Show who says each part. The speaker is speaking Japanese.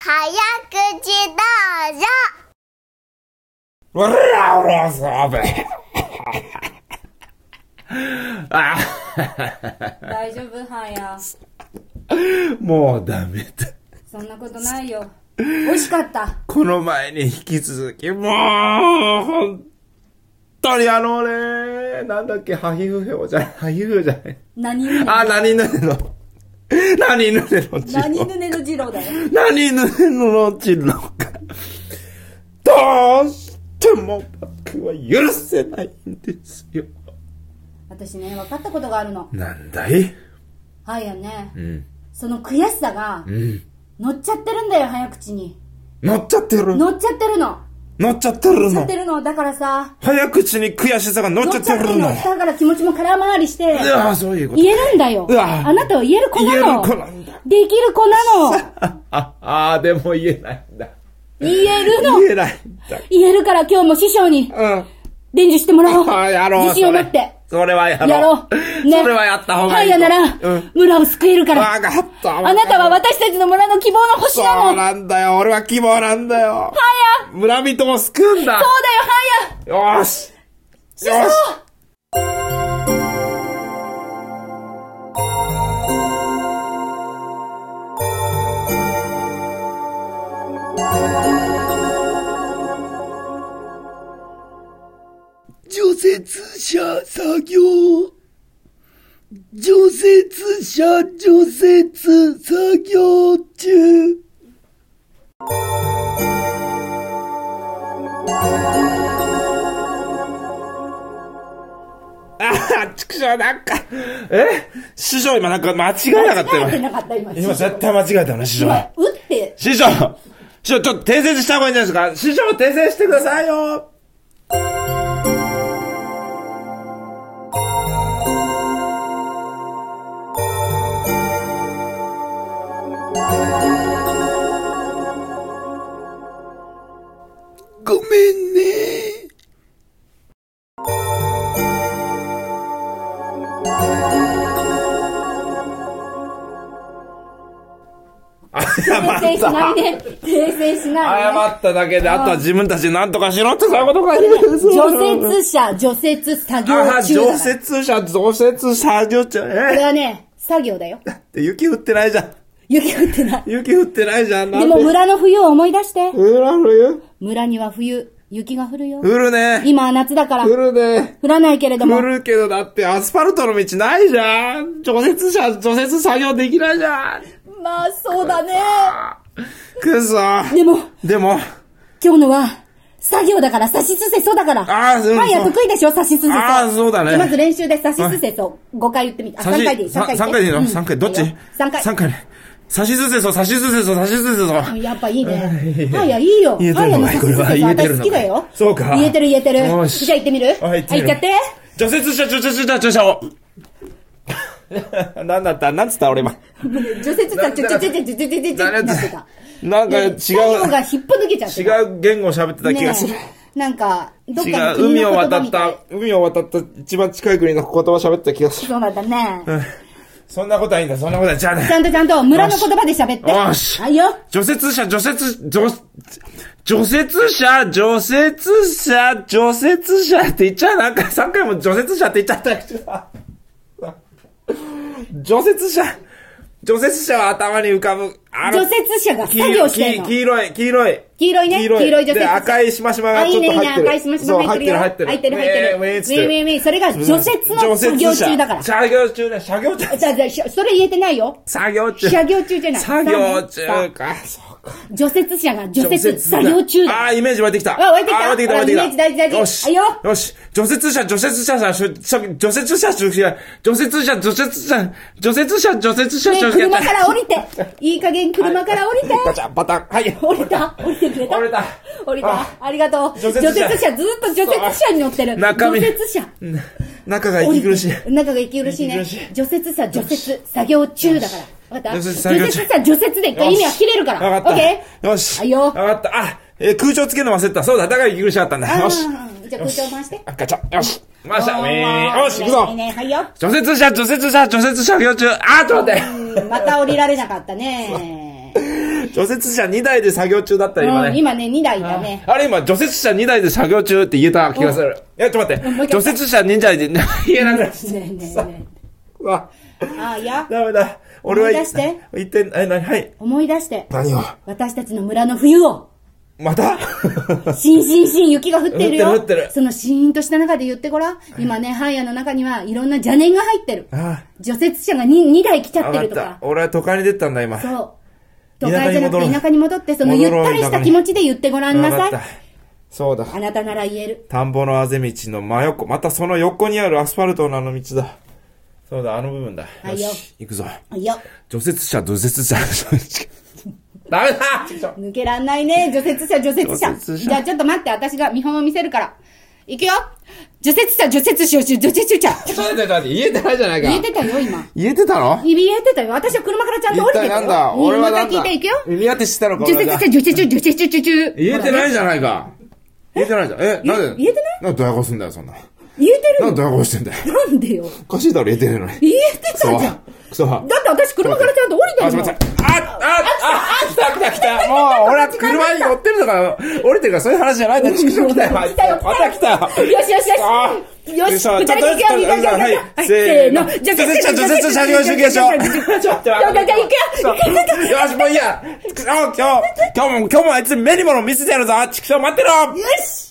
Speaker 1: 早口道場
Speaker 2: 我ら俺らそうべ。あ
Speaker 3: 大丈夫はや
Speaker 2: もうダメだ。
Speaker 3: そんなことないよ美味しかった
Speaker 2: この前に引き続き、もう、本当にあのね、なんだっけ、ハヒフヘオじゃない、ハヒフヘオじゃない。
Speaker 3: 何ぬね
Speaker 2: あ、何ぬねの、何ぬねのち
Speaker 3: 何
Speaker 2: ろ
Speaker 3: ぬねの二郎だよ
Speaker 2: 何ぬねのちろか。どうしても僕は許せないんですよ。
Speaker 3: 私ね分かったことがあるの
Speaker 2: なんだい
Speaker 3: はやね
Speaker 2: うん。
Speaker 3: その悔しさが
Speaker 2: うん。
Speaker 3: 乗っちゃってるんだよ早口に
Speaker 2: 乗っちゃってる。
Speaker 3: 乗っちゃってるの
Speaker 2: 乗っちゃってる
Speaker 3: 乗っちゃ
Speaker 2: の
Speaker 3: って。るのだからさ
Speaker 2: 早口に悔しさが乗っ
Speaker 3: 乗
Speaker 2: ちゃ
Speaker 3: っ
Speaker 2: っ
Speaker 3: ちゃ
Speaker 2: て
Speaker 3: って
Speaker 2: る
Speaker 3: るの
Speaker 2: の。
Speaker 3: だから気持ちも空回りして
Speaker 2: うわそういうこと。
Speaker 3: 言えるんだよ
Speaker 2: うわ
Speaker 3: あなたは言える子
Speaker 2: 言え
Speaker 3: な
Speaker 2: る
Speaker 3: の
Speaker 2: 子なんだ。
Speaker 3: できる子なの
Speaker 2: あ、あー、でも言えないんだ。
Speaker 3: 言えるの
Speaker 2: 言えないんだ。
Speaker 3: 言えるから今日も師匠に
Speaker 2: うん。
Speaker 3: 伝授してもらおう
Speaker 2: あやろう。
Speaker 3: 自信を持って
Speaker 2: それそれはやろう。
Speaker 3: やろう。ね。
Speaker 2: それはやった方がいい。
Speaker 3: はいやなら、
Speaker 2: うん。
Speaker 3: 村を救えるから。
Speaker 2: わかった。
Speaker 3: あなたは私たちの村の希望の星
Speaker 2: そう
Speaker 3: なの。はや
Speaker 2: なんだよ。俺は希望なんだよ。
Speaker 3: そうだよ、
Speaker 2: 村人を救うんだ。
Speaker 3: はや
Speaker 2: よーし。
Speaker 3: 師
Speaker 2: よし
Speaker 3: 匠
Speaker 4: 除雪車作業。除雪車除雪作業中。
Speaker 2: ああ、畜生、なんか、え師匠今なんか間違えなかった
Speaker 3: 間違えて
Speaker 2: よ。
Speaker 3: なかった、今。
Speaker 2: 今絶対間違えたよね、師匠。
Speaker 3: 今、打って、
Speaker 2: 師匠師匠、ちょっと訂正した方がいいんじゃないですか師匠、訂正してくださいよ
Speaker 4: ごめん ね。
Speaker 3: 訂正しないね。訂正しないね。
Speaker 2: 謝っただけで、あとは自分たちで何とかしろってそういうことか。
Speaker 3: 除雪車、除雪作業
Speaker 2: ああ、
Speaker 3: 中
Speaker 2: 常
Speaker 3: だから。
Speaker 2: 設車、増設車、業者、
Speaker 3: これ
Speaker 2: え
Speaker 3: はね、作 業だよ。
Speaker 2: で雪降ってないじゃん。
Speaker 3: 雪降ってない。
Speaker 2: 雪降ってないじゃん。なん
Speaker 3: でも村の冬を思い出して。
Speaker 2: 降らんのよ。
Speaker 3: 村には冬、雪が降るよ。
Speaker 2: 降るね。
Speaker 3: 今は夏だから
Speaker 2: 降、るね。
Speaker 3: 降らないけれども
Speaker 2: 降、るけど、だってアスファルトの道ないじゃん。除雪車、除雪作業できないじゃん。
Speaker 3: まあそうだね。
Speaker 2: くそ。
Speaker 3: でも、
Speaker 2: でも、
Speaker 3: 今日のは、作業だから、差しすせそだから。
Speaker 2: あーそうそう
Speaker 3: パン屋得意でしょ、差しすせそ。
Speaker 2: あーそうだね
Speaker 3: じゃあまず練習で差しすせそ、5回言ってみて。あ、3
Speaker 2: さし
Speaker 3: 回でいい、
Speaker 2: さ
Speaker 3: 3回。
Speaker 2: 三回でいいの
Speaker 3: うん
Speaker 2: 三回。どっち
Speaker 3: いいよ三回。
Speaker 2: 三回ね。さしすせそ、さしすせそ、さしすせそ。
Speaker 3: やっぱいいね。
Speaker 2: あ
Speaker 3: パン屋いいよ。
Speaker 2: 言えて
Speaker 3: パ
Speaker 2: る
Speaker 3: ン屋
Speaker 2: の
Speaker 3: の
Speaker 2: かい
Speaker 3: 差し
Speaker 2: こ
Speaker 3: す
Speaker 2: れ
Speaker 3: せそ、
Speaker 2: は言えてる
Speaker 3: 私
Speaker 2: のかい
Speaker 3: 好きだよ。
Speaker 2: そうか
Speaker 3: 言えてる言えてる。
Speaker 2: よし
Speaker 3: じゃあ行ってみる
Speaker 2: あ
Speaker 3: は
Speaker 2: 行
Speaker 3: い、
Speaker 2: ってみる
Speaker 3: 行っちゃって。
Speaker 2: 除雪車、除雪車、除雪車を。 何だった何つった俺今。
Speaker 3: 除雪車、ちょちょちょちょちょちょちょちょちょ
Speaker 2: なんだ
Speaker 3: なってた。
Speaker 2: なんか違う、
Speaker 3: 最後が引っこ抜けちゃってた。
Speaker 2: 違う言語を喋ってた気がする。
Speaker 3: ねえなんか、どっ
Speaker 2: 違
Speaker 3: かの
Speaker 2: う、
Speaker 3: 国
Speaker 2: 海
Speaker 3: の
Speaker 2: を
Speaker 3: 言葉
Speaker 2: 渡っ
Speaker 3: みたい
Speaker 2: た、海を渡った一番近い国の言葉を喋ってた気が する。
Speaker 3: そうだったね。
Speaker 2: そんなことはいいんだ、そんなことはいい。じゃあね
Speaker 3: ち。ゃんとちゃんと村の言葉で喋って。
Speaker 2: よし
Speaker 3: はいよ。
Speaker 2: 除雪車、除雪、除、除雪車、除雪車、除雪車って言っちゃう。なんか3回も除雪車って言っちゃったけどさ。除雪車、除雪車は頭に浮かぶ。あ
Speaker 3: 除
Speaker 2: の
Speaker 3: 雪車が作
Speaker 2: 黄
Speaker 3: 業
Speaker 2: 色
Speaker 3: して
Speaker 2: 黄
Speaker 3: んの。
Speaker 2: 黄色い、黄色い。
Speaker 3: 黄色いね。黄色い除雪
Speaker 2: で、
Speaker 3: 車。
Speaker 2: 赤いしましまが
Speaker 3: あ、い
Speaker 2: ちょ
Speaker 3: い
Speaker 2: っと
Speaker 3: ね、いい
Speaker 2: 入
Speaker 3: ね。
Speaker 2: ってる。
Speaker 3: 赤いしましま入ってるよ。
Speaker 2: そう入ってる、入ってる。
Speaker 3: 入ってる、入
Speaker 2: ウェイ
Speaker 3: ってる。ウェイウェイウェイそれが除雪の作業中だから。じゃ
Speaker 2: 作業中だ、作業中。
Speaker 3: あじゃあしょそれ言えてないよ。
Speaker 2: 作業中。
Speaker 3: 作業中じゃない
Speaker 2: 作業中か。そうか。
Speaker 3: 除雪車が除雪作業中
Speaker 2: あ
Speaker 3: だ
Speaker 2: あ、。イメージ湧いてきた。
Speaker 3: あ湧いてきた
Speaker 2: あ湧いてきた、湧いてきた。
Speaker 3: イメージ大事大事
Speaker 2: よし。
Speaker 3: あいいよ
Speaker 2: よし。除雪車、除雪車さ、しょしょ除雪車、除雪車、除雪車、除雪車、除雪車、除雪車、
Speaker 3: ね
Speaker 2: 除雪車。
Speaker 3: 車から降り て。いい加減車から降りて。
Speaker 2: ガチャン、パタン。はい。
Speaker 3: 降りた降りてくれた
Speaker 2: 降りた。
Speaker 3: 降りた。ありがとう。
Speaker 2: 除
Speaker 3: 除
Speaker 2: 雪
Speaker 3: 雪
Speaker 2: 車
Speaker 3: 車、ずっと除雪車に乗ってる。
Speaker 2: 中
Speaker 3: 除
Speaker 2: 身
Speaker 3: 雪車。
Speaker 2: 中が息苦しい。
Speaker 3: 中が息苦しいね
Speaker 2: 息苦し。
Speaker 3: 除雪車、除雪、作業中だから。わかった
Speaker 2: 除雪
Speaker 3: 除雪
Speaker 2: 作業中
Speaker 3: 車、除雪で一回意味は切れるから。
Speaker 2: わか
Speaker 3: オッ
Speaker 2: っ
Speaker 3: ケ
Speaker 2: た。よし。
Speaker 3: はいよ
Speaker 2: わかった。あ、えー、空調つけるの忘れてた。そうだ、だから息苦しかったんだ。
Speaker 3: ー
Speaker 2: よし。
Speaker 3: うんじゃあ空調回して
Speaker 2: よあガチャ。よし。回した。
Speaker 3: お
Speaker 2: ウ
Speaker 3: ー
Speaker 2: ィーンよし、行く
Speaker 3: いい
Speaker 2: ぞ。
Speaker 3: ね、はいよ。
Speaker 2: 除雪車、除雪車、除雪車、業中。あー、ちょっと待って。
Speaker 3: うんまた降りられなかったね。
Speaker 2: 除雪車2台で作業中だった、 今
Speaker 3: うん
Speaker 2: ね。
Speaker 3: 今ね、2台だね。
Speaker 2: あれ今、除雪車2台で作業中って言えた気がする。いや、ちょっと待
Speaker 3: もう
Speaker 2: って。
Speaker 3: 一回
Speaker 2: 除雪車2台で言えなくなっ
Speaker 3: ねえねえね
Speaker 2: うわ、
Speaker 3: え。あ、いや、
Speaker 2: ダメだ。俺は
Speaker 3: 思い出して
Speaker 2: 言って、え、なに、はい。
Speaker 3: 思い出して、
Speaker 2: 何を
Speaker 3: 私たちの村の冬を、
Speaker 2: また
Speaker 3: しんしんしん雪が降ってるよ。
Speaker 2: 降ってる降ってる
Speaker 3: そのしーんとした中で言ってごらん。今ね、ハイヤの中にはいろんな邪念が入ってる。
Speaker 2: あ
Speaker 3: 除雪車が 2, 台来ちゃ
Speaker 2: あ、わ
Speaker 3: って
Speaker 2: かっ
Speaker 3: ると
Speaker 2: た
Speaker 3: か。。
Speaker 2: 俺は都会に出てたんだ、今。
Speaker 3: そう。
Speaker 2: 田
Speaker 3: 都
Speaker 2: 舎
Speaker 3: 会じ
Speaker 2: に
Speaker 3: ゃ
Speaker 2: 戻ろ
Speaker 3: なく
Speaker 2: う
Speaker 3: て田舎に戻って、そのゆ
Speaker 2: 戻ろう
Speaker 3: ったりした気持ちで言ってごらんな
Speaker 2: わ
Speaker 3: さ
Speaker 2: かっ
Speaker 3: い
Speaker 2: た。そうだ。
Speaker 3: あなたなら言える。
Speaker 2: 田んぼのあぜ道の真横、またその横にあるアスファルトのあの道だ。そうだ、あの部分だ。
Speaker 3: はい
Speaker 2: よ
Speaker 3: よ
Speaker 2: し、行くぞ。
Speaker 3: あいや、
Speaker 2: 除雪車、除雪車。ダメだ
Speaker 3: 抜けらんな いね。除雪車、除雪車。
Speaker 2: 除雪車
Speaker 3: じゃあちょっと待って、私が見本を見せるから。行くよ。除雪車、除雪車、除雪車。
Speaker 2: ちょっと待って、ちょっと待って、言えてないじゃないか。
Speaker 3: 言えてたよ、今。
Speaker 2: 言えてたの
Speaker 3: 言えてたよ。私は車からちゃんと降
Speaker 2: 一
Speaker 3: りて
Speaker 2: 体
Speaker 3: たよ。
Speaker 2: なんだ俺はなん
Speaker 3: もう一
Speaker 2: だ
Speaker 3: 回聞いていくよ。
Speaker 2: 耳当てしてたのか、
Speaker 3: 除雪車、除雪車、除雪車、除雪車。
Speaker 2: 言えてない
Speaker 3: い
Speaker 2: じゃないか。言えてないじゃん。え、なんで
Speaker 3: 言えてない
Speaker 2: なんでドヤ顔すんだよ、そんな。
Speaker 3: 言えて
Speaker 2: な
Speaker 3: る
Speaker 2: ん
Speaker 3: よ
Speaker 2: でドヤ顔してんだよ。
Speaker 3: なんでよ。
Speaker 2: おかしいだろ、言えてるのに。
Speaker 3: 言えてたじゃん。
Speaker 2: クソ
Speaker 3: だっ
Speaker 2: は。クソは。
Speaker 3: て私車からちゃんと降りて
Speaker 2: あ、
Speaker 3: る
Speaker 2: すい
Speaker 3: も
Speaker 2: ま
Speaker 3: ん
Speaker 2: せん。あ、あ、あ、来た来た来た。もう、俺は車に乗ってるのか、降りてるか、そういう話じゃないんだ。畜生来たよ。
Speaker 3: 来たよ
Speaker 2: また来たよ。
Speaker 3: よしよしよ
Speaker 2: あ
Speaker 3: し。よし、二
Speaker 2: ちょっと
Speaker 3: 人で行くよ、二人で行くよ。はい、せーの。
Speaker 2: 除雪車、除雪車、車両集計所。ちょっと
Speaker 3: じゃあじゃあ行くよ行くよ行くよ
Speaker 2: よし、もういいや。今日、今日も、今日もあいつ目にもの見せてやるぞ。畜生待ってろ。
Speaker 3: よし